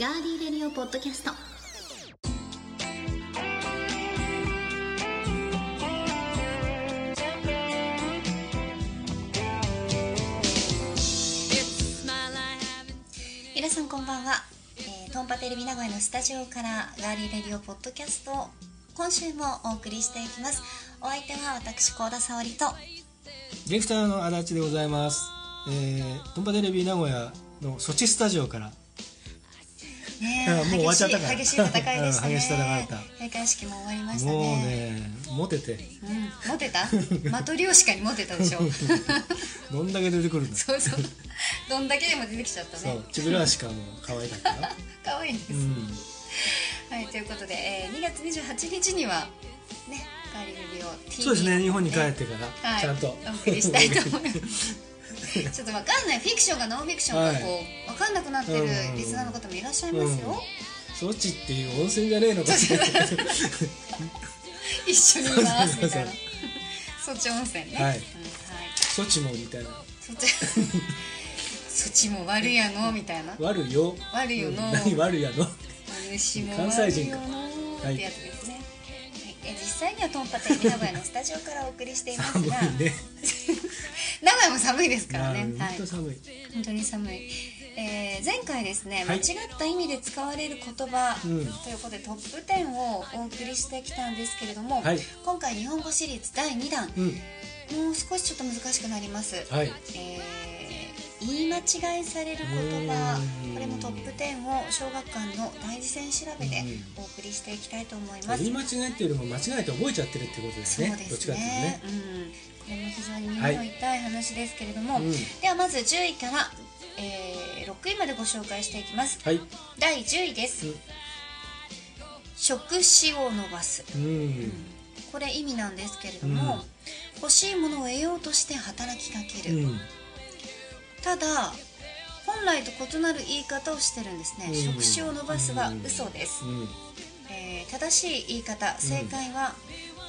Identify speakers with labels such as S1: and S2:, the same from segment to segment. S1: ガーディーレディオポッドキャスト皆さんこんばんは、えー、トンパテレビ名古屋のスタジオからガーリーレディオポッドキャストを今週もお送りしていきますお相手は私高田沙織と
S2: ディレクターの足立でございます。えー、トンパテレビ名古屋のソチスタジオから
S1: ね
S2: うんもう終わっちゃったから
S1: 激しい激しい戦いでしたね、
S2: うん激しい戦いだった
S1: 開会式も終わりました
S2: もう
S1: ね
S2: ねモテて
S1: うん、モテ たマトリョーシカにモテたでしょ
S2: どんだけ出てくるの
S1: そうそうどんだけでも出てきちゃった
S2: そ
S1: ね
S2: うチブラーシカも可愛かったな
S1: 可愛いです、
S2: うん
S1: はいということで、えー、2月28日にはねガリレディオ TV
S2: そうですね日本に帰ってから、
S1: はい、
S2: ちゃんと
S1: お送りしたいと思いますちょっとわかんないフィクションかノンフィクションかこう、わかんなくなってるリスナーの方もいらっしゃいますよ、
S2: うん ソチっていう温泉じゃねえ のかって
S1: 一緒にいますみたいな
S2: そう
S1: そっち温泉ね、
S2: は
S1: う
S2: い
S1: んはい、
S2: ソチもみたいな
S1: そっち そっちも悪いやのみたいな
S2: 悪よ
S1: 悪いよの、
S2: 何悪やの
S1: お主も
S2: 関西人か
S1: 悪いよなーってやつですね、はい、え実際にはトンパテレビ名古屋のスタジオからお送りしています
S2: 寒い
S1: が
S2: ね
S1: 名古屋も寒いですからね
S2: 本
S1: はい
S2: 当寒い、
S1: 本当に寒い、えー前回ですね、
S2: はい
S1: 間違った意味で使われる言葉と
S2: うん
S1: いうことで、トップ10をお送りしてきたんですけれども、
S2: はい
S1: 今回日本語シリーズ第2弾、
S2: うん
S1: もう少しちょっと難しくなります、
S2: はい
S1: えー言い間違いされる言葉
S2: うん
S1: これもトップ10を小学館の大事線調べでお送りしていきたいと思います、
S2: 言い間違いっていうよりも間違えて覚えちゃってるってことです
S1: そう
S2: ね
S1: で
S2: どっち
S1: す
S2: かっていうと
S1: ね
S2: ね
S1: うん、これも非常に耳の痛い話ですけれども、
S2: うん
S1: ではまず10位から、えー6位までご紹介していきます
S2: はい
S1: 第10位です、
S2: うん
S1: 食指を伸ばす
S2: うん
S1: これ意味なんですけれども、
S2: うん
S1: 欲しいものを得ようとして働きかけ
S2: う
S1: る、
S2: ん
S1: ただ本来と異なる言い方をしてるんですね、
S2: うん
S1: 食指を伸ばすは嘘です、
S2: うん
S1: えー正しい言い方正解は、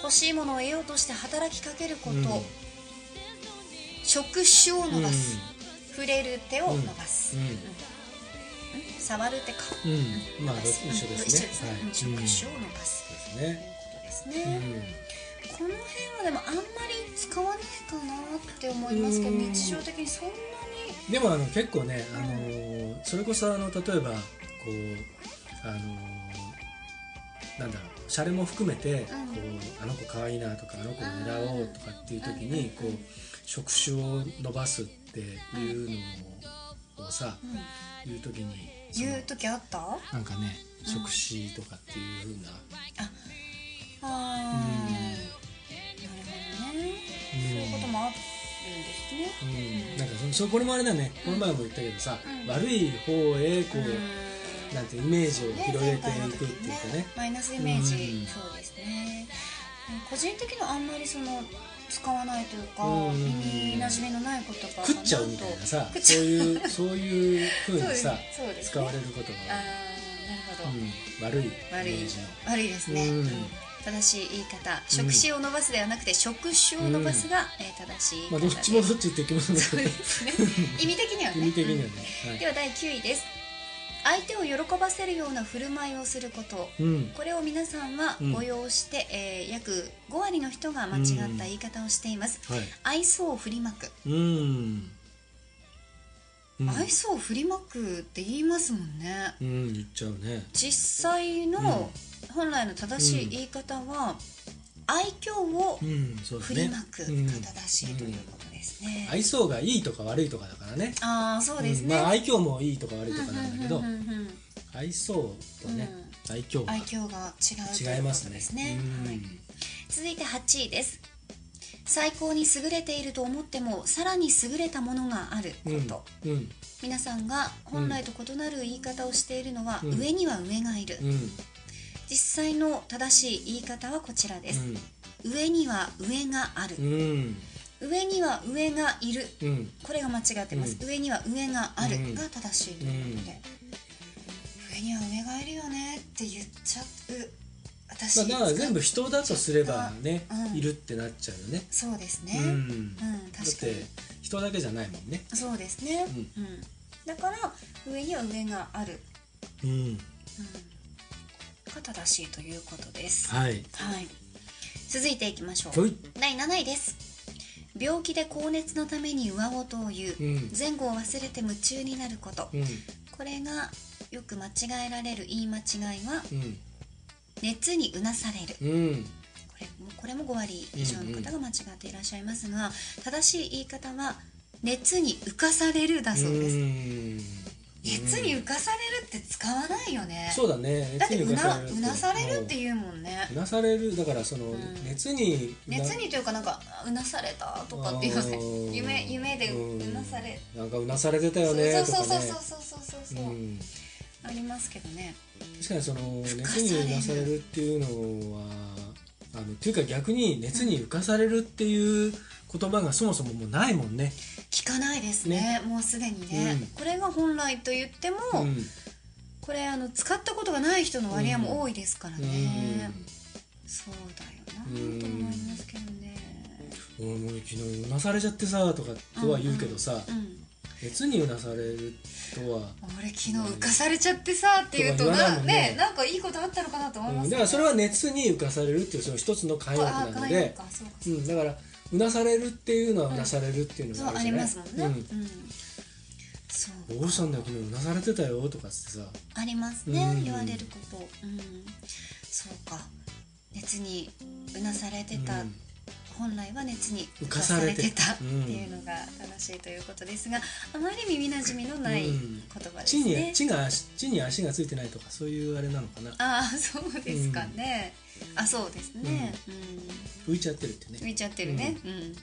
S1: 欲しいものを得ようとして働きかけること、
S2: うん
S1: 触手を伸ばす、
S2: う
S1: 触れる手を伸ばす、
S2: うん
S1: うん触る手か
S2: んうん
S1: 伸
S2: まあ
S1: ば
S2: 一
S1: す、
S2: 緒で
S1: うん
S2: す
S1: う
S2: ねはい
S1: ん
S2: うん
S1: 触手を伸ばす
S2: です
S1: という
S2: ね
S1: ことです
S2: う
S1: ね、
S2: ん
S1: この辺はでもあんまり使わないかなって思いますけど、
S2: うん
S1: 日常的にそんなに
S2: でもあの結構ねあのーそれこそあの例えばこうあのーなんだろうシャレも含めてこ
S1: うん
S2: うあの子可愛いなとかあの子狙おうとかっていう時にこ
S1: うん
S2: う触手を伸ばすっていうのをさ
S1: うん
S2: 言う時にその
S1: 言う時あったあ
S2: なんかね
S1: うん
S2: 触手とかっていう風な
S1: あー、なるほどね、そういうこともあるんですね
S2: うんなんかそのそこれもあれだねこの前も言ったけどさ
S1: うん
S2: 悪い方へこ
S1: うん
S2: うなんてイメージを広げていくっていうかね
S1: マイナスイメージ、
S2: うん
S1: そうですね個人的にはあんまりその使わないというか、
S2: うん
S1: 耳なじみのない言葉かなと
S2: 食っちゃうみたいなさ
S1: 食っち
S2: そ
S1: ゃ
S2: う
S1: う
S2: いうそういう風にさ
S1: そうです
S2: 使われ
S1: る
S2: ること
S1: ああ
S2: が、
S1: ーなるほど、
S2: うん、悪いイメ
S1: 悪い
S2: ージの
S1: 悪いですね、
S2: うん
S1: うん正しい言い方触手を伸ばすではなくて触手を伸ばすが、えー正しい言い方
S2: まあど
S1: です
S2: っちもどっちっていきます ね
S1: そうですね意味的にはね
S2: 意味的にはね、
S1: うん
S2: はい
S1: では第9位です相手を喜ばせるような振る舞いをすること
S2: うん
S1: これを皆さんは
S2: うん
S1: ご用して、えー約5割の人が間違った言い方をしています、
S2: はい
S1: 愛想を振りまく、
S2: うんうん
S1: 愛想を振りまくって言いますもんね
S2: うん言っちゃうね
S1: 実際の本来の正しい言い方は、愛嬌を
S2: うんそうだ
S1: 振
S2: ね
S1: りまくが
S2: うん
S1: 正しいということですね、
S2: 愛想がいいとか悪いとかだからね
S1: ああそうです
S2: ん
S1: ね、
S2: まあ愛嬌もいいとか悪いとかなんだけど
S1: うんうんうんうん
S2: 愛想とね愛嬌
S1: うん
S2: が
S1: 愛嬌が違うとい
S2: 違いう
S1: こ
S2: ます
S1: と
S2: ね
S1: ですね
S2: うん
S1: はい続いて8位です最高に優れていると思ってもさらに優れたものがあること、
S2: うんうん
S1: 皆さんが本来と異なる言い方をしているのは、
S2: うん
S1: 上には上がいる、
S2: うん
S1: 実際の正しい言い方はこちらです、上には上がある
S2: う、ん
S1: 上には上がいる
S2: うん
S1: これが間違ってます、上には上がある
S2: うん
S1: が正しいということで、上には上がいるよねって言っちゃう私
S2: まあ、だから全部人だとすればね、
S1: うん
S2: いるってなっちゃうよね。
S1: そうですね、
S2: う
S1: うん
S2: ん、だ
S1: 確
S2: っ
S1: か
S2: て
S1: に
S2: 人だけじゃないもんね。
S1: そうですね、うんだから上には上がある
S2: うん、
S1: うん、肩だしということです。
S2: は
S1: は
S2: い
S1: い。続いていきましょ
S2: ほ
S1: う。
S2: い
S1: 第7位です。病気で高熱のために上ごとを言う、
S2: うん
S1: 前後を忘れて夢中になること、
S2: うん
S1: これがよく間違えられる言い間違いは
S2: うん
S1: 熱にうなされる
S2: うん
S1: これもこれも5割以上の方が間違っていらっしゃいますが、正しい言い方は熱に浮かされるだそうです、
S2: ん
S1: 熱に浮かされるって使わないよね
S2: そうだね
S1: だってうな
S2: 熱
S1: う
S2: に浮
S1: な
S2: か
S1: されるって
S2: うん
S1: 言うもんね
S2: うなされるだからその、
S1: ん
S2: 熱に
S1: 熱にというかなんかあうなされたとかっていう
S2: あ
S1: ね
S2: ー
S1: 夢夢でうなされ
S2: うんなんかうなされてたよねと
S1: そうそうそ
S2: か
S1: う
S2: ね
S1: そうそうそうそう、
S2: うん
S1: ありますけどね
S2: 確かにその熱
S1: 浮かされる
S2: にうなされるっていうのはあのっていうか逆に熱に浮かされるっていう言葉がそもそももうないもんね。
S1: 聞かないですねもうすでにね、
S2: うん
S1: これが本来と言っても、
S2: うん
S1: これあの使ったことがない人の割合も多いですから
S2: うん
S1: ね、そうだよな
S2: うん
S1: と思いますけどね
S2: 俺も昨日うなされちゃってさとかとは言うけどさ、
S1: うん
S2: 熱にうなされるとは、
S1: 俺昨日浮かされちゃってさって言うと
S2: とか言わない
S1: な
S2: もんね
S1: ねなんかいいことあったのかなと思い
S2: うん
S1: ます
S2: だからそれは熱に浮かされるっていうその一つの解
S1: あ
S2: 約
S1: あ
S2: なの
S1: 概念
S2: で
S1: か、そうかそ
S2: うん、だからうなされるっていうのはうなされるっていう
S1: う
S2: の
S1: そう
S2: があ
S1: あり
S2: るじゃない
S1: ますもんねうんそう
S2: うん、どうしたんだよ昨日うなされてたよとかっつってさ
S1: ありますね、
S2: うん
S1: 言われることうんそうか熱にうなされてた、
S2: うん
S1: 本来は熱に浮
S2: 浮
S1: か
S2: か
S1: さ
S2: さ
S1: れ
S2: れ
S1: て
S2: て
S1: た
S2: た
S1: っていうのが正しいということですが、あまり耳なじみのない
S2: うん
S1: 言葉です
S2: 地に
S1: ね。
S2: 地が足地に足がついてないとかそういうあれなのかな
S1: ああそうですかね。あそうですね。う
S2: 浮いちゃってるって
S1: ん、
S2: ね
S1: 見ちゃってるね。うん。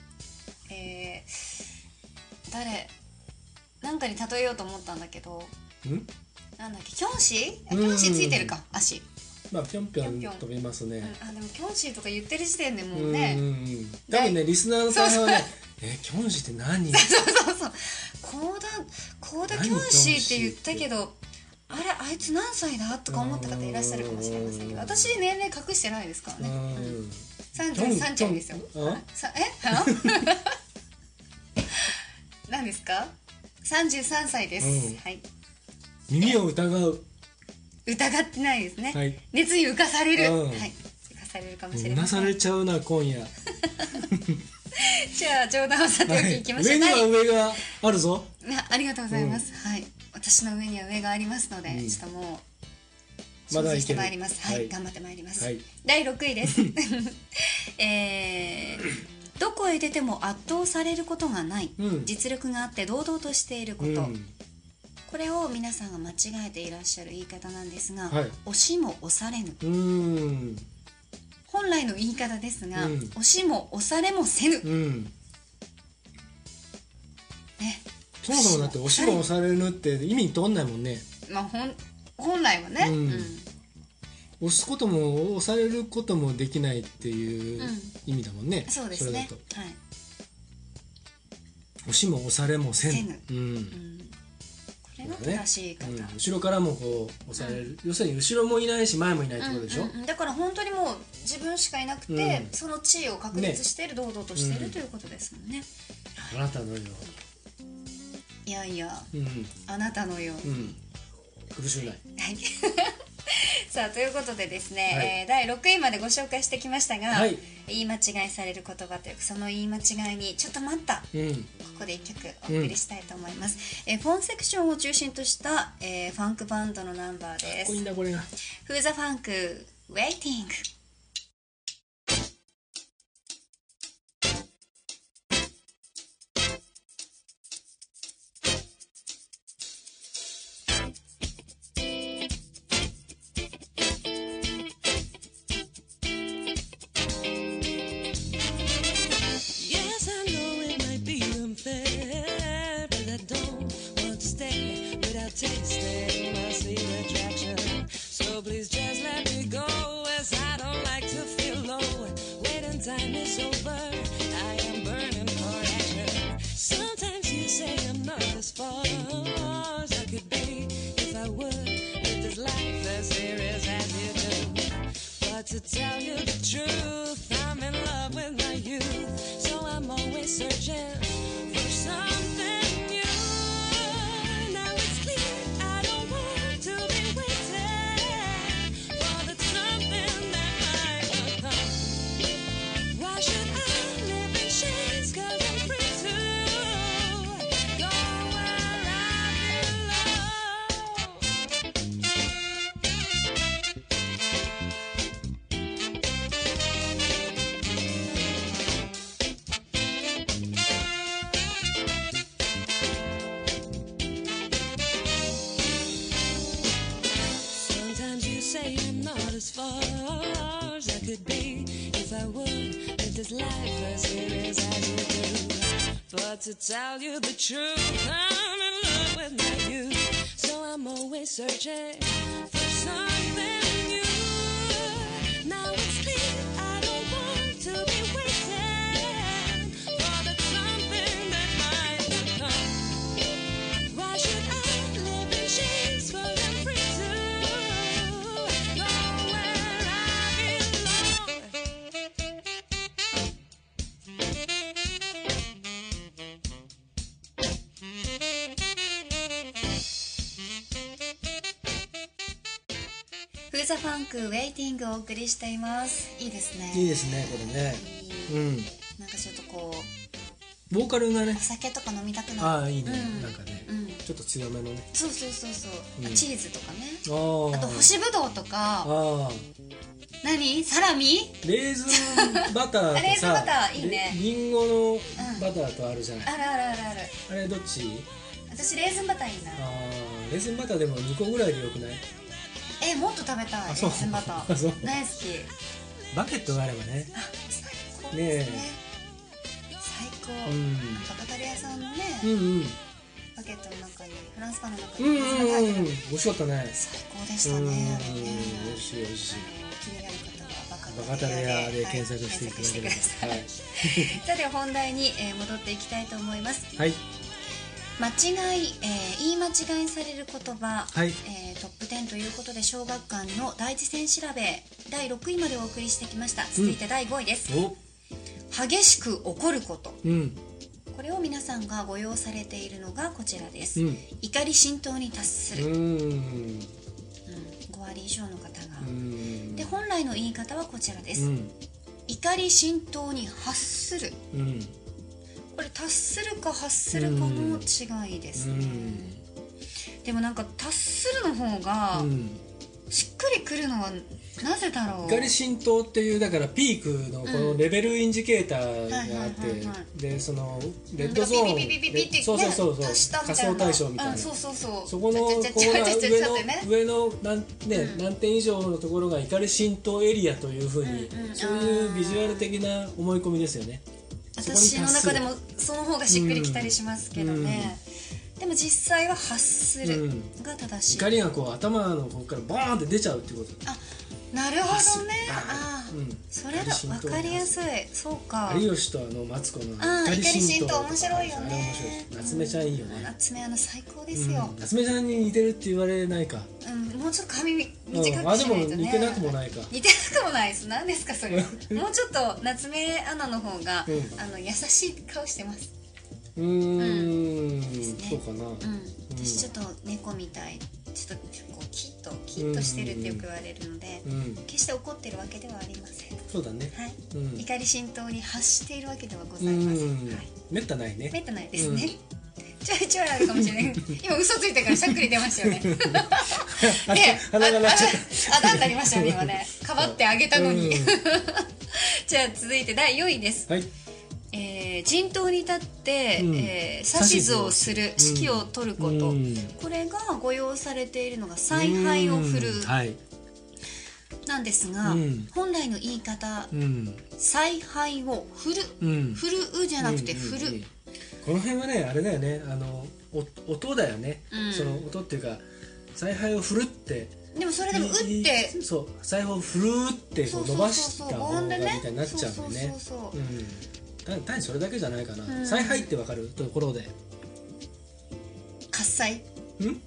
S1: えー、誰なんかに例えようと思ったんだけど、
S2: うん
S1: なんだっけキョンシー？あキ
S2: うん
S1: ョンシーついてるか足。
S2: まあぴょんぴょん
S1: ぴょんぴょん
S2: 飛びます
S1: うん、
S2: ね
S1: あでもキョンシーとか言ってる時点で
S2: う
S1: も
S2: んう
S1: うんね。
S2: うん多分ねリスナーの大半はね「えキョンシって 何?」
S1: そうそうそう高田高田教師って言ったけどあれあいつ何歳だとか思った方いらっしゃるかもしれませんけ
S2: うん
S1: ど私年齢隠してないですからね
S2: うん
S1: 三十三ちゃんですよ
S2: あ
S1: さえ あ何ですか三十三歳です、
S2: うん
S1: はい
S2: 耳を疑う
S1: 疑ってないですね、
S2: はい
S1: 熱に浮かされる、
S2: うん
S1: はい浮かされるかもしれ
S2: う
S1: ま
S2: な
S1: せ
S2: さ
S1: ん
S2: れちゃうな今夜
S1: じゃあ冗談をさておきいきましょう、
S2: 上に
S1: 第
S2: は上があるぞ
S1: あありがとうございます、はい私の上には上がありますので、
S2: うん
S1: ちょっともう
S2: まだ
S1: 挑戦
S2: いける
S1: してまいりますはい、
S2: はい
S1: 頑張ってまいります、
S2: はい
S1: 第6位です えーどこへ出ても圧倒されることがない、
S2: うん
S1: 実力があって堂々としているこ
S2: う
S1: と、
S2: ん
S1: これを皆さんが間違えていらっしゃる言い方なんですが、
S2: はい
S1: 押しも押されぬ
S2: うん
S1: 本来の言い方ですが、
S2: うん
S1: 押しも押されもせぬ、
S2: うん
S1: ね
S2: そもそもだって押しも押されぬって意味とんないもんね
S1: まあ、ほん本来はね、
S2: うん
S1: うん
S2: 押すことも押されることもできないっていう
S1: うん
S2: 意味だもんね、
S1: そうです
S2: れ
S1: ね
S2: だと
S1: はい
S2: 押しも押されもせん
S1: せぬ
S2: うん
S1: うんこれが正しい言
S2: う
S1: い
S2: ん
S1: 方、
S2: 後ろからもこう押される、要するに後ろもいないし前もいないってことでしょ、
S1: うんうんうんだから本当にもう自分しかいなくて、
S2: うん
S1: その地位を確立している、堂々としているということですもんね、
S2: あなたのよ
S1: いやいや
S2: うん
S1: あなたのよう
S2: う
S1: に、
S2: ん苦しゅうない
S1: はい さあということでですね、
S2: はい
S1: えー第6位までご紹介してきましたが、
S2: はい
S1: 言い間違いされる言葉というかその言い間違いにちょっと待った
S2: うん
S1: ここで一曲お送りしたいと思います、えーフォンセクションを中心とした、えーファンクバンドのナンバーで
S2: これいい
S1: す
S2: んだこれが
S1: 「フーザファンク Waiting」
S3: Yes, I know it might be unfair, but I don't want to stay without tasting my sweet attraction. So please just let me go, as I don't say I'm not as far as I could be if I would live this life as serious as you do. But to tell you the truth, I'm in love with my youth, so I'm always searching for something new. Now it's clear I don't want to be waiting for that something that might not come. Why should I live in chains for them free to go where I belong?
S1: 「フーザファンクウェイティング」をお送りしていますいいですね
S2: いいですねこれねうん
S1: なんかちょっとこう
S2: ボーカルがね
S1: お酒とか飲みたくなる
S2: ああいいね、
S1: うん
S2: なんかね
S1: うん
S2: ちょっと強めのね
S1: そうそうそうそう、
S2: うん
S1: チーズとかね
S2: あ
S1: あと干しぶどうとか
S2: ああ
S1: 何サラミ
S2: レーズンバターと
S1: あ
S2: さ
S1: レーズンバターいいね
S2: レリンゴのバターとあるじゃない、
S1: あるあるあるある
S2: あれどっち
S1: 私レーズンバターいいな
S2: あーレーズンバターでも2個ぐらいでよくない
S1: えもっと食べたいレ
S2: あそう
S1: ーズンバタ
S2: あそう
S1: ー大好き
S2: バケットがあればね
S1: あ最高ですね
S2: ね
S1: 最高、
S2: うん
S1: なんかバタリアさんのね、
S2: うんうん
S1: バケットの中にフランスパンの中
S2: う
S1: に
S2: んう
S1: 水が入って
S2: んうん
S1: る
S2: 美味しかったね
S1: 最高でし
S2: う
S1: た
S2: ん
S1: ねあれね
S2: 美味しい美味しい
S1: 気になる方はバ
S2: バ
S1: カ
S2: カ
S1: タ
S2: タ
S1: レ
S2: レ
S1: ア
S2: ア
S1: で
S2: で
S1: はい
S2: 検索していただけ
S1: 検索
S2: れ
S1: してください
S2: ばはい、
S1: さて本題に、えー戻っていきたいと思います
S2: はい
S1: 間違い、えー言い間違いされる言葉、
S2: はい
S1: えートップ10ということで小学館の大事戦調べ第6位までお送りしてきました続いて第5位です、
S2: お
S1: 激しく怒ること
S2: うん
S1: これを皆さんがご用されているのがこちらです、
S2: うん
S1: 怒り浸透に達す
S2: う
S1: る、
S2: ん
S1: うん、5割以上の方が、
S2: うん
S1: で本来の言い方はこちらです、
S2: うん
S1: 怒り浸透に発する
S2: うん
S1: これ達するか発するかの違いです
S2: う
S1: ね、
S2: ん
S1: でもなんか達するの方が、
S2: うん
S1: しっくりくるのはなぜだろう
S2: 怒り浸透っていうだからピークのこのレベルインジケーターがあっ
S1: はいはいはいは
S2: てでそのレッドゾー
S1: ピピピピピピ
S2: ン
S1: って、ね、
S2: そうそうそうそう
S1: 足したみたいな
S2: 仮想対象みたい
S1: うん
S2: な
S1: そうそうそう
S2: そこのこ
S1: ちゃ
S2: こ
S1: ちゃちゃちゃちゃちゃちゃってね
S2: が上の上のなんね
S1: うん
S2: 何点以上のところが怒り浸透エリアというふうに
S1: うんうん
S2: そういうビジュアル的な思い込みですよねそこに
S1: 私の
S2: 達す
S1: 中
S2: る
S1: でもその方がしっくりきたりしますけどね、でも実際は発するが正しい、
S2: 怒りがこう頭のここからボーンって出ちゃうってこと
S1: あなるほどね
S2: バーン
S1: あー、
S2: うん
S1: それだ分かりやすいそうか
S2: 有吉とあのマツコの
S1: あー
S2: 怒り浸透
S1: 怒り浸透面白いよね
S2: あれ面白いです夏目ちゃんいいよね
S1: 夏目あの最高ですよ
S2: うん、夏目ちゃんに似てるって言われないか、
S1: うんもうちょっと髪
S2: うん
S1: 短
S2: あ
S1: く
S2: で
S1: し
S2: も
S1: ないとね
S2: 似てなくもないか
S1: 似てなくもないです何ですかそれもうちょっと夏目アナの方が、
S2: うん
S1: あの優しい顔してます
S2: うーん
S1: すね
S2: そうかな、
S1: うん、私ちょっと猫みたいちょっとこうキッとキッとしてるってよく言われるので、
S2: うん
S1: 決して怒ってるわけではありませんは
S2: そうだね
S1: い、
S2: うん
S1: 怒り浸透に発しているわけではござ
S2: う
S1: いません、
S2: ん
S1: はい、
S2: めったない
S1: め
S2: ね
S1: ったないですね、ちょいちょいあるかもしれ ない今嘘ついたからしゃっくり出ましたよねであ
S2: 鼻が鳴っちゃっ
S1: あだになりましたよね今ねかばってあげたのに、
S2: うん
S1: じゃあ続いて第4位です
S2: はい
S1: えー陣頭に立って、
S2: うん
S1: えー指図をする
S2: 指図をする
S1: 指揮を取ること、
S2: うん
S1: これが御用されているのが采配を振る
S2: うんはい
S1: なんですが、
S2: うん
S1: 本来の言い方
S2: うん
S1: 采配を振る、
S2: うん
S1: 振るうじゃなくて
S2: うんうん
S1: 振る、
S2: うんこの辺はねあれだよねあのお音だよね、
S1: うん
S2: その音っていうか采配を振るって
S1: でもそれでも打って
S2: いいそう裁縫を振るーってこ
S1: そう
S2: う
S1: そうそう
S2: 伸ばし
S1: そう
S2: た
S1: ご
S2: 方が
S1: ん
S2: み
S1: で
S2: た
S1: ね
S2: いになっちゃうんだよね
S1: そうそうそうそう
S2: うん単単にそれだけじゃないか
S1: うん
S2: な采配ってわかるところで
S1: 喝采
S2: ん
S1: え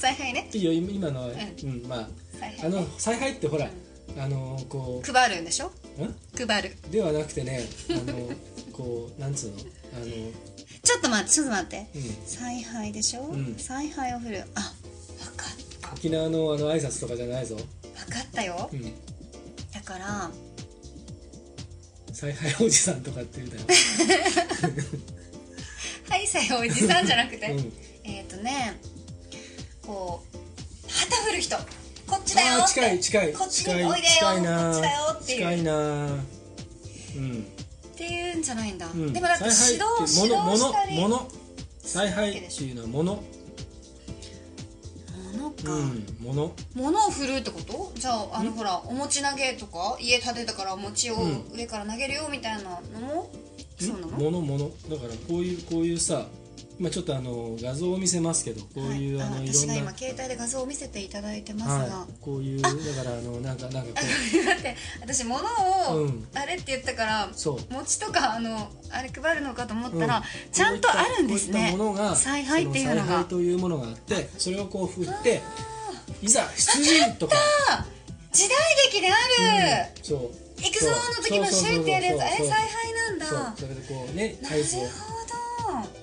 S1: 采配ね
S2: いいよ今今のは、
S1: う
S2: うんまあ
S1: 采
S2: あ
S1: 配
S2: の采配ってほら、あのこ
S1: 配るんでしょ
S2: う、ん、
S1: 配る
S2: ではなくてねあのこうなんつうのあの
S1: ちょっと待ってちょっと待って
S2: うん
S1: 采配でしょ、
S2: うん
S1: 采配を振るあ分かった
S2: 沖縄のあの挨拶とかじゃないぞ、
S1: 分かったよ、
S2: うん、
S1: だから
S2: 采配おじさんとかって言うんだよ、
S1: はいさよおじさんじゃなくて、
S2: うん、
S1: えっ、とねこう旗振る人こっちだよ
S2: あ
S1: っ
S2: ー
S1: て
S2: 近い近い
S1: こっちにおいでよ
S2: 近い近い
S1: こ
S2: な
S1: っちだよっていう
S2: 近いなうん
S1: っていうんじゃないんだ、
S2: うん
S1: でもだって指導
S2: 采配って
S1: 指導したり
S2: ものものもの
S1: するわ
S2: 采
S1: け
S2: 配
S1: で
S2: っ
S1: して
S2: いうのはもの
S1: ょものそうか、
S2: うんもの
S1: 物を振るってことじゃああの
S2: ん
S1: ほらお餅投げとか家建てたからお餅を
S2: うん
S1: 上から投げるよみたいなのも、そうなの
S2: ものものだからこういうこういうさ今ちょっとあの画像を見せますけどこういう、
S1: はい、
S2: あのいろ
S1: 私
S2: ん
S1: が
S2: な
S1: 今携帯で画像を見せていただいてますが、
S2: はい、こういうだからあのなんかなんかこう
S1: だって 私物を
S2: うん
S1: あれって言ったから、
S2: そう
S1: 餅とかあのあれ配るのかと思ったら、
S2: うん
S1: ちゃんとあるんですね
S2: こういったものが
S1: 采配っていうの
S2: そ采
S1: が
S2: 配というものがあってそれをこう振っていざ出陣とか
S1: あ時代劇である、
S2: そう
S1: 行くぞーの時のシューってやるやつあれ采配なんだ
S2: そうそれでこうね
S1: な
S2: 合
S1: る
S2: 図を
S1: ほど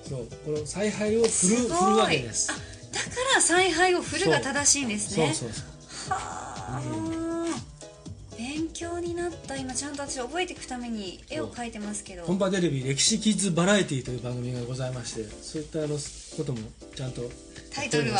S2: そうこの采配を振る
S1: す
S2: 振
S1: ご
S2: る
S1: い
S2: わけです
S1: あだから采配を振るが正しいんです
S2: そう
S1: ね
S2: そうそう
S1: はあ、勉強になった今ちゃんと私覚えていくために絵を描いてますけど
S2: 本場テレビ歴史キッズバラエティという番組がございましてそういったあのこともちゃんと
S1: タイトルは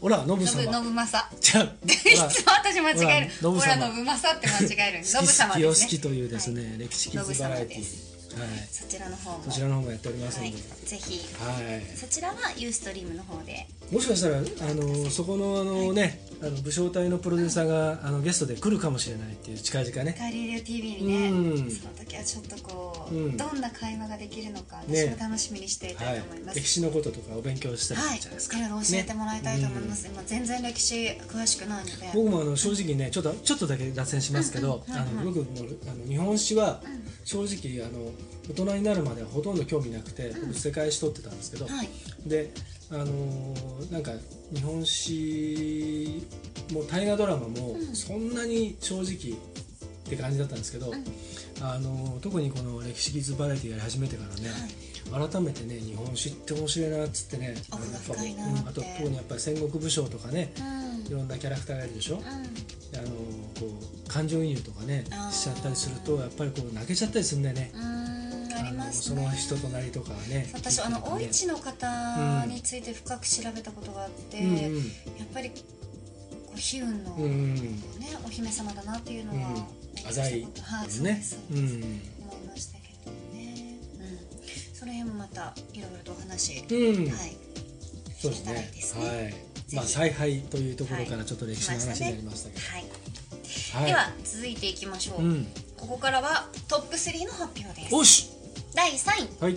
S2: ほら
S1: 「
S2: ノブ
S1: のぶ
S2: 様
S1: のぶまさ」
S2: じゃあ
S1: いつも私間違える「
S2: ほら
S1: ほらの
S2: ノ
S1: ぶまさ」って間違える「のぶ様」
S2: 好き好き
S1: で
S2: を好
S1: す
S2: き
S1: ね
S2: というですね、歴史キッズバラエテ
S1: ノブ様で
S2: ィはい
S1: そちらの方も
S2: そちらの方もやっております
S1: は
S2: ので
S1: い、ぜひ
S2: はい
S1: そちらはユーストリームの方で
S2: もしかしたらあのそこのあのねあの武将隊のプロデューサーがあのゲストで来るかもしれないっていう近々ね
S1: ガリレオ TV に
S2: う
S1: ね
S2: ん
S1: その時はちょっとこう、
S2: うん
S1: どんな会話ができるのか
S2: ね
S1: 私も楽しみにしていた
S2: はい
S1: と思いま
S2: い、
S1: す、
S2: 歴史のこととかお勉強したら
S1: はい
S2: い
S1: い、
S2: んじゃないです
S1: い
S2: か、
S1: ろいろ教えてもらいたいと思います、今全然歴史詳しくないので
S2: 僕もあの正直ねちょっとちょっとだけ脱線しますけど、
S1: うんうんはいはい
S2: あの僕もあの日本史は正直あの大人になるまではほとんど興味なくて、僕世界史取ってたんですけど、
S1: はい
S2: であのーなんか日本史も大河ドラマも
S1: うん
S2: そんなに正直って感じだったんですけど、
S1: ん
S2: あのー特にこの歴史技術バラエティやり始めてからね、改めてね日本史って面白いなっつってね
S1: 奥が深いな
S2: あのやっぱ
S1: って
S2: うんあと特にやっぱり戦国武将とかね
S1: うん
S2: いろんなキャラクターがいるでしょ、
S1: う
S2: あのこう感情移入とかね
S1: あー
S2: しちゃったりするとやっぱりこう泣けちゃったりするんだよね
S1: んうんあり
S2: の
S1: ます
S2: そ
S1: ね
S2: の人となりとかはね
S1: 私あの
S2: 聞
S1: 大
S2: いて
S1: 市の方について深く調べたことがあって、
S2: るとねうんうん
S1: やっぱりこう悲運の、
S2: うんう
S1: ね
S2: ん
S1: お姫様だなっていうのは、
S2: うん浅い
S1: はい
S2: です
S1: そうで
S2: ね
S1: すそう
S2: う
S1: です
S2: ん
S1: 思いましたけどね、うん、その辺もまたいろいろとお話、
S2: うん
S1: はい
S2: そうで
S1: 聞
S2: す
S1: けたらい
S2: ね
S1: いですね
S2: はい
S1: ひ
S2: まあ采配というところからちょっと歴史の話になりましたけ
S1: はい、
S2: ど
S1: では続いていきましょう、
S2: うん
S1: ここからはトップ3の発表です
S2: おし
S1: 第3位
S2: はい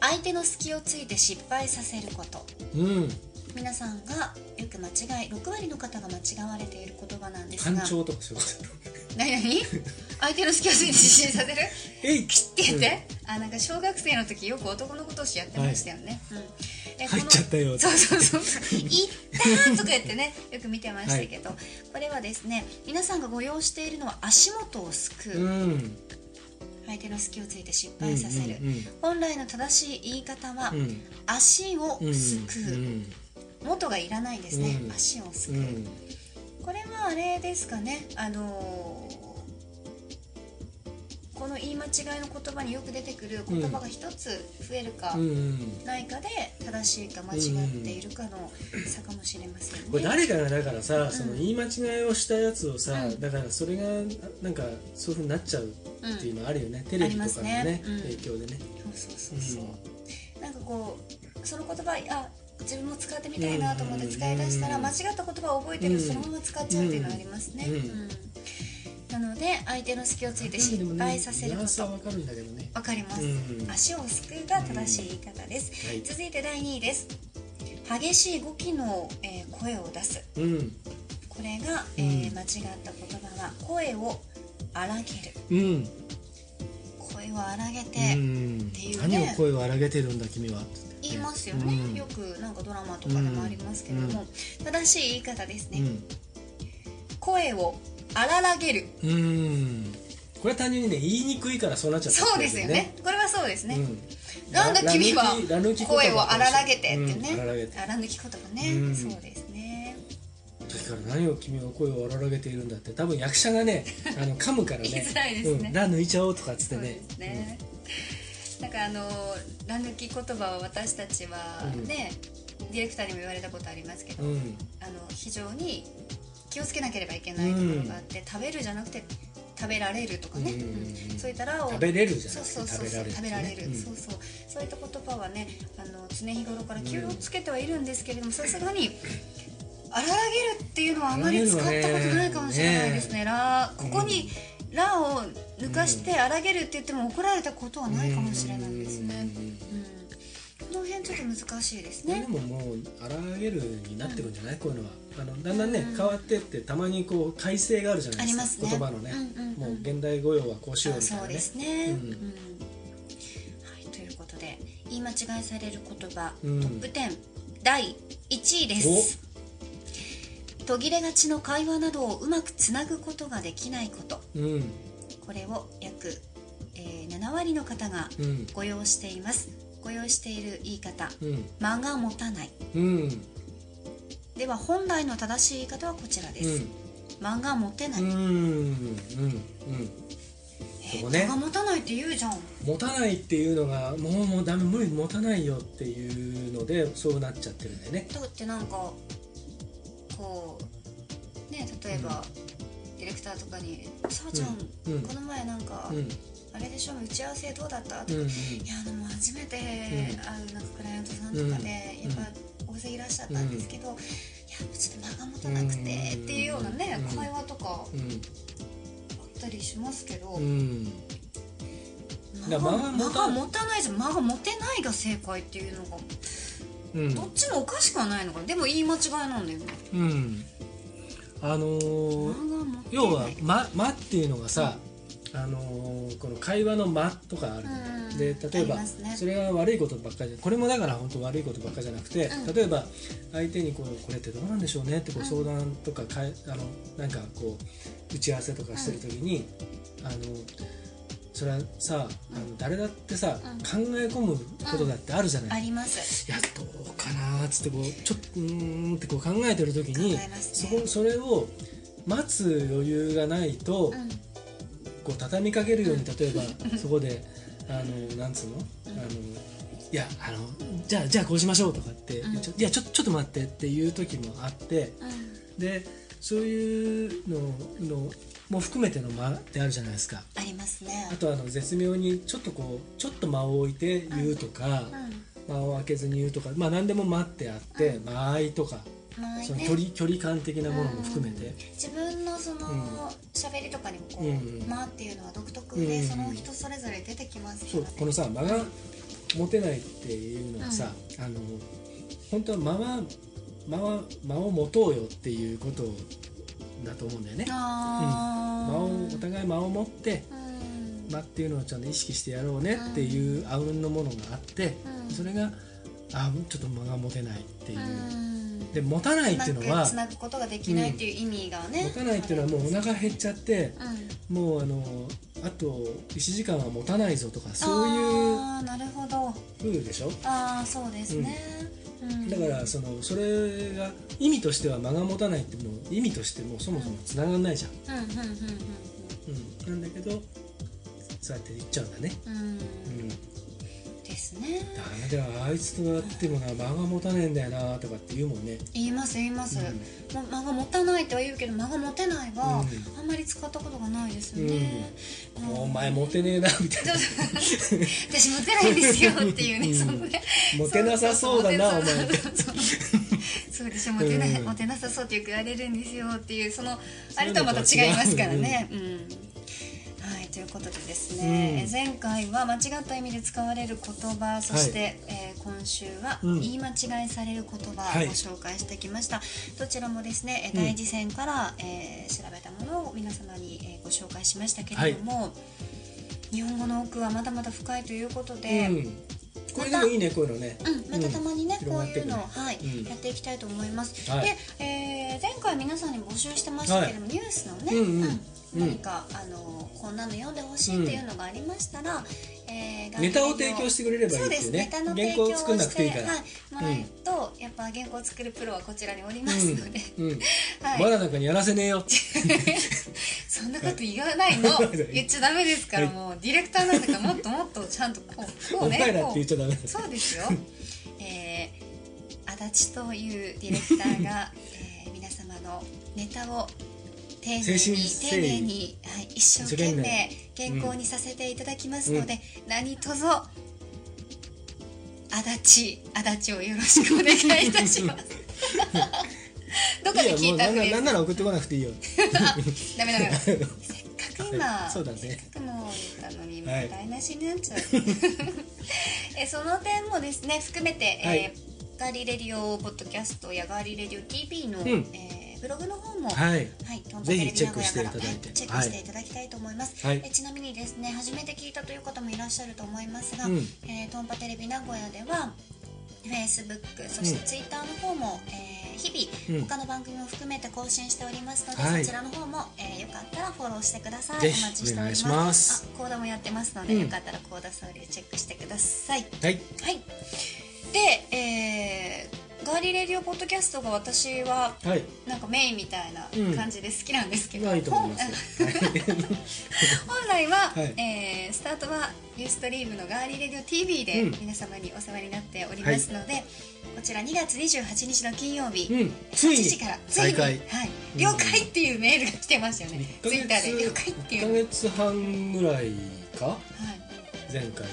S1: 相手の隙をついて失敗させること
S2: うん
S1: 皆さんがよく間違い6割の方が間違われている言葉なんです
S2: 感
S1: が
S2: 情とかそういうこと
S1: 何 何相手の隙をついて失神させる
S2: えいき
S1: って言って、 あなんか小学生の時よく男の子同士やってましたよね、うんえ
S2: 入っちゃったよ
S1: このそうそうそう 「いった!」とか言ってねよく見てましたけど、これはですね皆さんがご用意しているのは足元をすくう、
S2: うん
S1: 相手の隙をついて失敗させる、
S2: うんうんうん
S1: 本来の正しい言い方は、
S2: うん
S1: 足を
S2: うん
S1: すくう、
S2: うん
S1: 元がいらないですね、
S2: うん
S1: 足をすく
S2: う
S1: う、
S2: ん
S1: これはあれですかねあのーこの言い間違いの言葉によく出てくる言葉が一つ増えるか
S2: うんうん
S1: ないかで正しいか間違っているかの差かもしれませんね。
S2: これ誰かがだからさ、その
S1: うん
S2: 言い間違いをしたやつをさ、
S1: うん
S2: だからそれがなんかそういうふうになっちゃうっていうのあるよね、テレビと
S1: あり
S2: かのね
S1: ますねうん
S2: 影響でね、
S1: そうそうそうそう、なんかこうその言葉あ自分も使ってみたいなと思って使い出したら
S2: うん
S1: 間違った言葉を覚えてる
S2: うん
S1: そのまま使っちゃうっていうのはありますね。
S2: うん
S1: うんなので相手の隙をついて失敗させるこ
S2: ニュアンスは
S1: と
S2: わかるんだけどね
S1: わかります、
S2: うん
S1: 足をすくうが正しい言い方です、
S2: はい
S1: 続いて第2位です激しい語気の、えー声を出す
S2: うん
S1: これが、えー
S2: うん
S1: 間違った言葉は声を荒げる
S2: うん
S1: 声を荒げて、
S2: うん
S1: っていうね
S2: 何を声を荒げてるんだ君は
S1: 言いますよね、
S2: うん
S1: よくなんかドラマとかでもありますけども、正しい言い方ですね、声を荒らげる
S2: うん、うん、これは単純にね言いにくいからそうなっちゃった
S1: そうですよねこれはそうですね、
S2: うん
S1: なんだ
S2: ラ
S1: 君は
S2: ラ抜きラ抜き言葉
S1: 声を荒らげてってね、
S2: うん荒らげて
S1: 荒抜き言葉ね、
S2: うん
S1: そうですね
S2: だから何を君は声を荒らげているんだって多分役者 がねあの噛むからね
S1: 言いづらいですね
S2: うん、ラ抜いちゃおうとかっつって
S1: そう
S2: ね
S1: ですね、なんかあの「ら抜き言葉」は私たちは
S2: うん
S1: ね、ディレクターにも言われたことありますけど、
S2: うん、
S1: あの非常に気をつけなければいけないところがあって、食べるじゃなくて食べられるとかね、
S2: うん
S1: うんそういったらを
S2: 食べれるじゃな
S1: そう
S2: くて
S1: そうそうそう食
S2: 食
S1: べ
S2: べ
S1: ら
S2: ら
S1: れる、
S2: れるってね
S1: そうそうそういった言葉はねあの常日頃から気をつけてはいるんですけれどもさすがに荒らげるっていうのはあまり使ったことないかもしれないですねらここに「ら」を抜かして荒らげるって言っても怒られたことはないかもしれないですね、うん、この辺ちょっと難しいです
S2: これ
S1: ね
S2: でももう荒らげるになってくんじゃない、こういうのはあのだんだんね、変わってってたまにこう改正があるじゃないですか
S1: ありますね
S2: 言葉のね、
S1: うんうんうん
S2: もう現代語用はこうしようみたい
S1: そ
S2: な
S1: う
S2: ね
S1: ですね、う
S2: うんん
S1: はい、ということで言い間違いされる言葉、
S2: うん
S1: トップ10第1位です途切れがちの会話などをうまくつなぐことができないこと
S2: うん
S1: これを約、えー7割の方が
S2: うん
S1: ご用意していますご用意している言い方
S2: うん
S1: 間が持たない
S2: うん
S1: では本来の正しい言い方はこちらです、間が持てな
S2: う
S1: い、
S2: んうん
S1: え
S2: うんうん
S1: ー
S2: そこね
S1: 間が持たないって言うじゃん
S2: 持たないっていうのがもうもうダメ無理持たないよっていうのでそうなっちゃってるんだよね
S1: だってなんかこうね例えば、ディレクターとかに「さあちゃん、
S2: うんうん
S1: この前なんか、
S2: うんうん
S1: あれでしょ打ち合わせどうだった?」
S2: うん
S1: いやあの初めて
S2: うん
S1: 会うなんかクライアントさんとかで、
S2: うん
S1: やっぱ大勢いらっしゃったんですけど、いやちょっと間が持たなくて
S2: う
S1: っ
S2: ん
S1: ていうようなね、
S2: うん
S1: 会話とかあ
S2: う
S1: ったりしますけど、
S2: んうん
S1: 間が
S2: だから間
S1: 間
S2: が持た
S1: が持たないじゃん間が持てないが正解っていうのが
S2: うん
S1: どっちもおかしくはないのかなでも言い間違いなんだよね
S2: うんあの
S1: 間
S2: ー
S1: が持てない
S2: 要は「ま」まっていうのがさ、あのーこの会話の「間」とかあるんだよ
S1: うん
S2: で例え
S1: あり
S2: ば、
S1: ますね
S2: それが悪いことばっかりじゃこれもだから本当悪いことばっかりじゃなくて、
S1: うん
S2: 例えば相手にこう「これってどうなんでしょうね」ってこ
S1: う
S2: うん相談とかかいあのなんかこう打ち合わせとかしてる時に、あのそれはさあの誰だってさ、
S1: うん
S2: 考え込むことだってあるじゃない、
S1: あります
S2: いやどうかなーっつってこうちょっとうーんってこう考えてる時に、
S1: 考えます
S2: そ
S1: ね
S2: こそれを待つ余裕がないと、
S1: うん
S2: こう畳みかけるように例えば、 そこであのなんつうの,、
S1: ん
S2: あのいやあのじゃあじゃあこうしましょうとかって、
S1: うん
S2: ちょいやちょちょっと待ってっていう時もあって
S1: うん
S2: でそういうののも含めての間ってあるじゃないですか。
S1: ありますね
S2: あとあの絶妙にちょっとこうちょっと間を置いて言うとか、
S1: う
S2: 間を空けずに言うとか、まあ、何でも待ってあって、間合いとか
S1: んまあ
S2: その
S1: ね
S2: 距離距離感的なものも含めて、
S1: 自分のその
S2: うん
S1: 喋、りとかにもこう、
S2: うん
S1: まあっていうのは独特で、
S2: うん
S1: その人それぞれ出てきます
S2: そうこのさ間が持てないっていうのはさ、あの本当は間は間は間を持とうよっていうことだと思うんだよね
S1: あ
S2: 間
S1: ー
S2: をお互い間を持って
S1: うん
S2: 間っていうのをちゃんと意識してやろうねっていうあうんのものがあって、
S1: うん
S2: それがあちょっと間が持てないっていう、
S1: うん
S2: で持たないっていうのは
S1: つなぐことができないっていう意味がね、
S2: 持たないっていうのはもうお腹減っちゃって
S1: うん、
S2: もうあのあと1時間は持たないぞとかそういう
S1: あーなるほど
S2: ふうでしょ
S1: ああそうですね、うん
S2: だからそのそれが意味としては間が持たないってもう意味としてもうそもそもつながんないじゃん、
S1: うんうんうんうん
S2: うん、なんだけどそうやって言っちゃうんだね、
S1: うん
S2: う
S1: うん
S2: ん、ダ
S1: ですね
S2: メだよあいつと会ってもな間が持たねえんだよなとかって言うもんね
S1: 言います言います、
S2: う
S1: ま間が持たないとは言うけど間が持てないは、
S2: う
S1: あんまり使ったことがないですね、うん
S2: お前モテねえなみたいな
S1: 私モテないんですよっていうね、
S2: うん
S1: そのね
S2: モテなさそうだな
S1: そ
S2: お前
S1: そうそうでしょモテない、
S2: うん
S1: モテなさそうってよく言われるんですよっていうそのあれとはまた違いますからねうん、はいということでですね、
S2: うん
S1: 前回は間違った意味で使われる言葉そして、えー今週は
S2: うん
S1: 言い間違いされる言葉
S2: は
S1: を
S2: い
S1: ご紹介してきました、どちらもですねえ
S2: うん
S1: 大事線から、えー調べたものを皆様に、えーご紹介しましたけれども、日本語の奥はまだまだ深いということで、
S2: うん、これでもいいねこういうのね
S1: うん、またたまにね、
S2: うん
S1: こういうのを、
S2: 広がって
S1: はい、
S2: うん
S1: やっていきたいと思います。
S2: はい
S1: で、えー前回皆さんに募集してましたけれども、ニュースのね、
S2: うんうん
S1: うん
S2: うん
S1: 何か、あのこんなの読んでほしいっていうのがありましたら、えー
S2: ネタを提供してくれればいい
S1: そう
S2: って
S1: で
S2: い
S1: す
S2: う
S1: ネ
S2: ね
S1: タの提
S2: 原
S1: 供
S2: 稿
S1: を
S2: を作んなくていい
S1: し
S2: か
S1: て
S2: ら、
S1: はい、もらえると、やっぱ原稿を作るプロはこちらにおりますので、
S2: うんうん、
S1: はい
S2: まだなんかにやらせねえよ
S1: そんなこと言わないの言っちゃダメですから、
S2: はい
S1: もうディレクターなんだからもっともっとちゃんとこうこう
S2: お
S1: ね
S2: 前らっ
S1: こ
S2: て
S1: う
S2: 言っちゃダメだよ
S1: そうですよ。えー、足立というディレクターが、えー、皆様のネタを丁寧に
S2: 誠心
S1: 丁寧に、はい、一生懸命
S2: 懸命
S1: 原稿にさせていただきますので、何卒足立足立をよろしくお願いいたします。 どっかで聞いたフ
S2: いいよも
S1: レーズ
S2: うなん なんなら送ってこなくていいよ
S1: ダ メダメせっかく今
S2: そうだね
S1: でも言ったのにもう
S2: はい
S1: 台無しになっちゃう、 えその点もですね含めて、
S2: はい
S1: えーガーリレディオポッドキャストやガーリレディオ TV の、
S2: ん
S1: えーブログの方も、はい
S2: はい
S1: トンボ
S2: ぜ
S1: テレ
S2: ひ
S1: ビ
S2: チェ
S1: 名
S2: ッ
S1: 古
S2: ク
S1: 屋
S2: して
S1: か
S2: い
S1: ら
S2: ただいて
S1: チェック
S2: は
S1: し
S2: い
S1: ていただきたいと思います、
S2: はい
S1: えちなみにですね初めて聞いたという方もいらっしゃると思いますが、
S2: うん
S1: えートンパテレビ名古屋では Facebook そして
S2: うん
S1: Twitter の方も、えー日
S2: う
S1: 々
S2: ん
S1: 他の番組も含めて更新しておりますので、
S2: はい
S1: そちらの方も、えーよかったらフォローしてください
S2: ぜ
S1: お
S2: ひ
S1: 待ちしております
S2: お願いします
S1: あコーダもやってますので、
S2: うん
S1: よかったらコーダ総流チェックしてください
S2: はい
S1: はいで、えーガーリーレディオポッドキャストが私は
S2: はい
S1: なんかメインみたいな感じで好きなんですけど、
S2: まあいいと思いますよ
S1: 本来は、
S2: はい
S1: えースタートはユーストリームのガーリーレディオ TV で
S2: うん
S1: 皆様にお世話になっておりますので、こちら2月28日の金曜日、
S2: うんつ
S1: 8
S2: いに
S1: 時からつい
S2: 再
S1: に、は
S2: 開
S1: い
S2: 1、
S1: 了解っていうメールが来てましたよね、
S2: ヶ
S1: ツイ
S2: 月
S1: ッターで了解っていう、
S2: 1ヶ
S1: はい、
S2: 月半ぐらいか前回から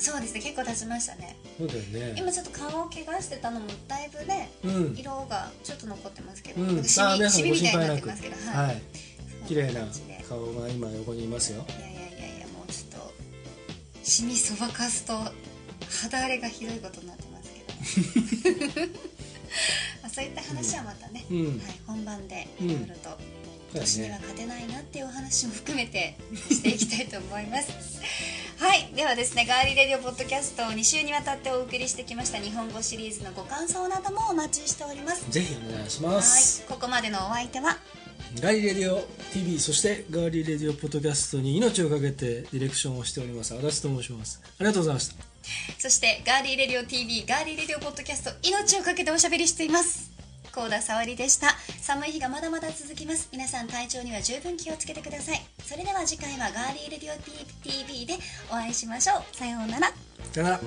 S1: そうですね結構経ちましたね
S2: そうだよね
S1: 今ちょっと顔を怪我してたのもだいぶね
S2: うん
S1: 色がちょっと残ってますけど、
S2: うん、
S1: 僕シ
S2: あー
S1: ミ
S2: 皆さ
S1: シ
S2: ん
S1: ミ
S2: ご
S1: みた
S2: 心
S1: いになっ
S2: 配な
S1: て
S2: く
S1: ますけど
S2: はいい綺麗な
S1: 感じで
S2: 顔が今横にいますよ
S1: いやいやいやいやもうちょっとシミそばかすと肌荒れがひどいことになってますけどま あそういった話はまたね、
S2: うんうん
S1: はい、本番で
S2: うん
S1: いろいろと年には勝てないなっていうお話も含めてしていきたいと思います はいではですねガーリーレディオポッドキャストを2週にわたってお送りしてきました日本語シリーズのご感想などもお待ちしております
S2: ぜひお願いし
S1: は
S2: ま
S1: い
S2: す
S1: ここまでのお相手は
S2: ガリレディオ TV そしてガーリーレディオポッドキャストに命をかけてディレクションをしております足立と申しますありがとうございました
S1: そしてガーリーレディオ TV ガーリーレディオポッドキャスト命をかけておしゃべりしています高田沙織でした寒い日がまだまだ続きます皆さん体調には十分気をつけてくださいそれでは次回はガーリーレディオ TV でお会いしましょうさようなら
S2: さよなら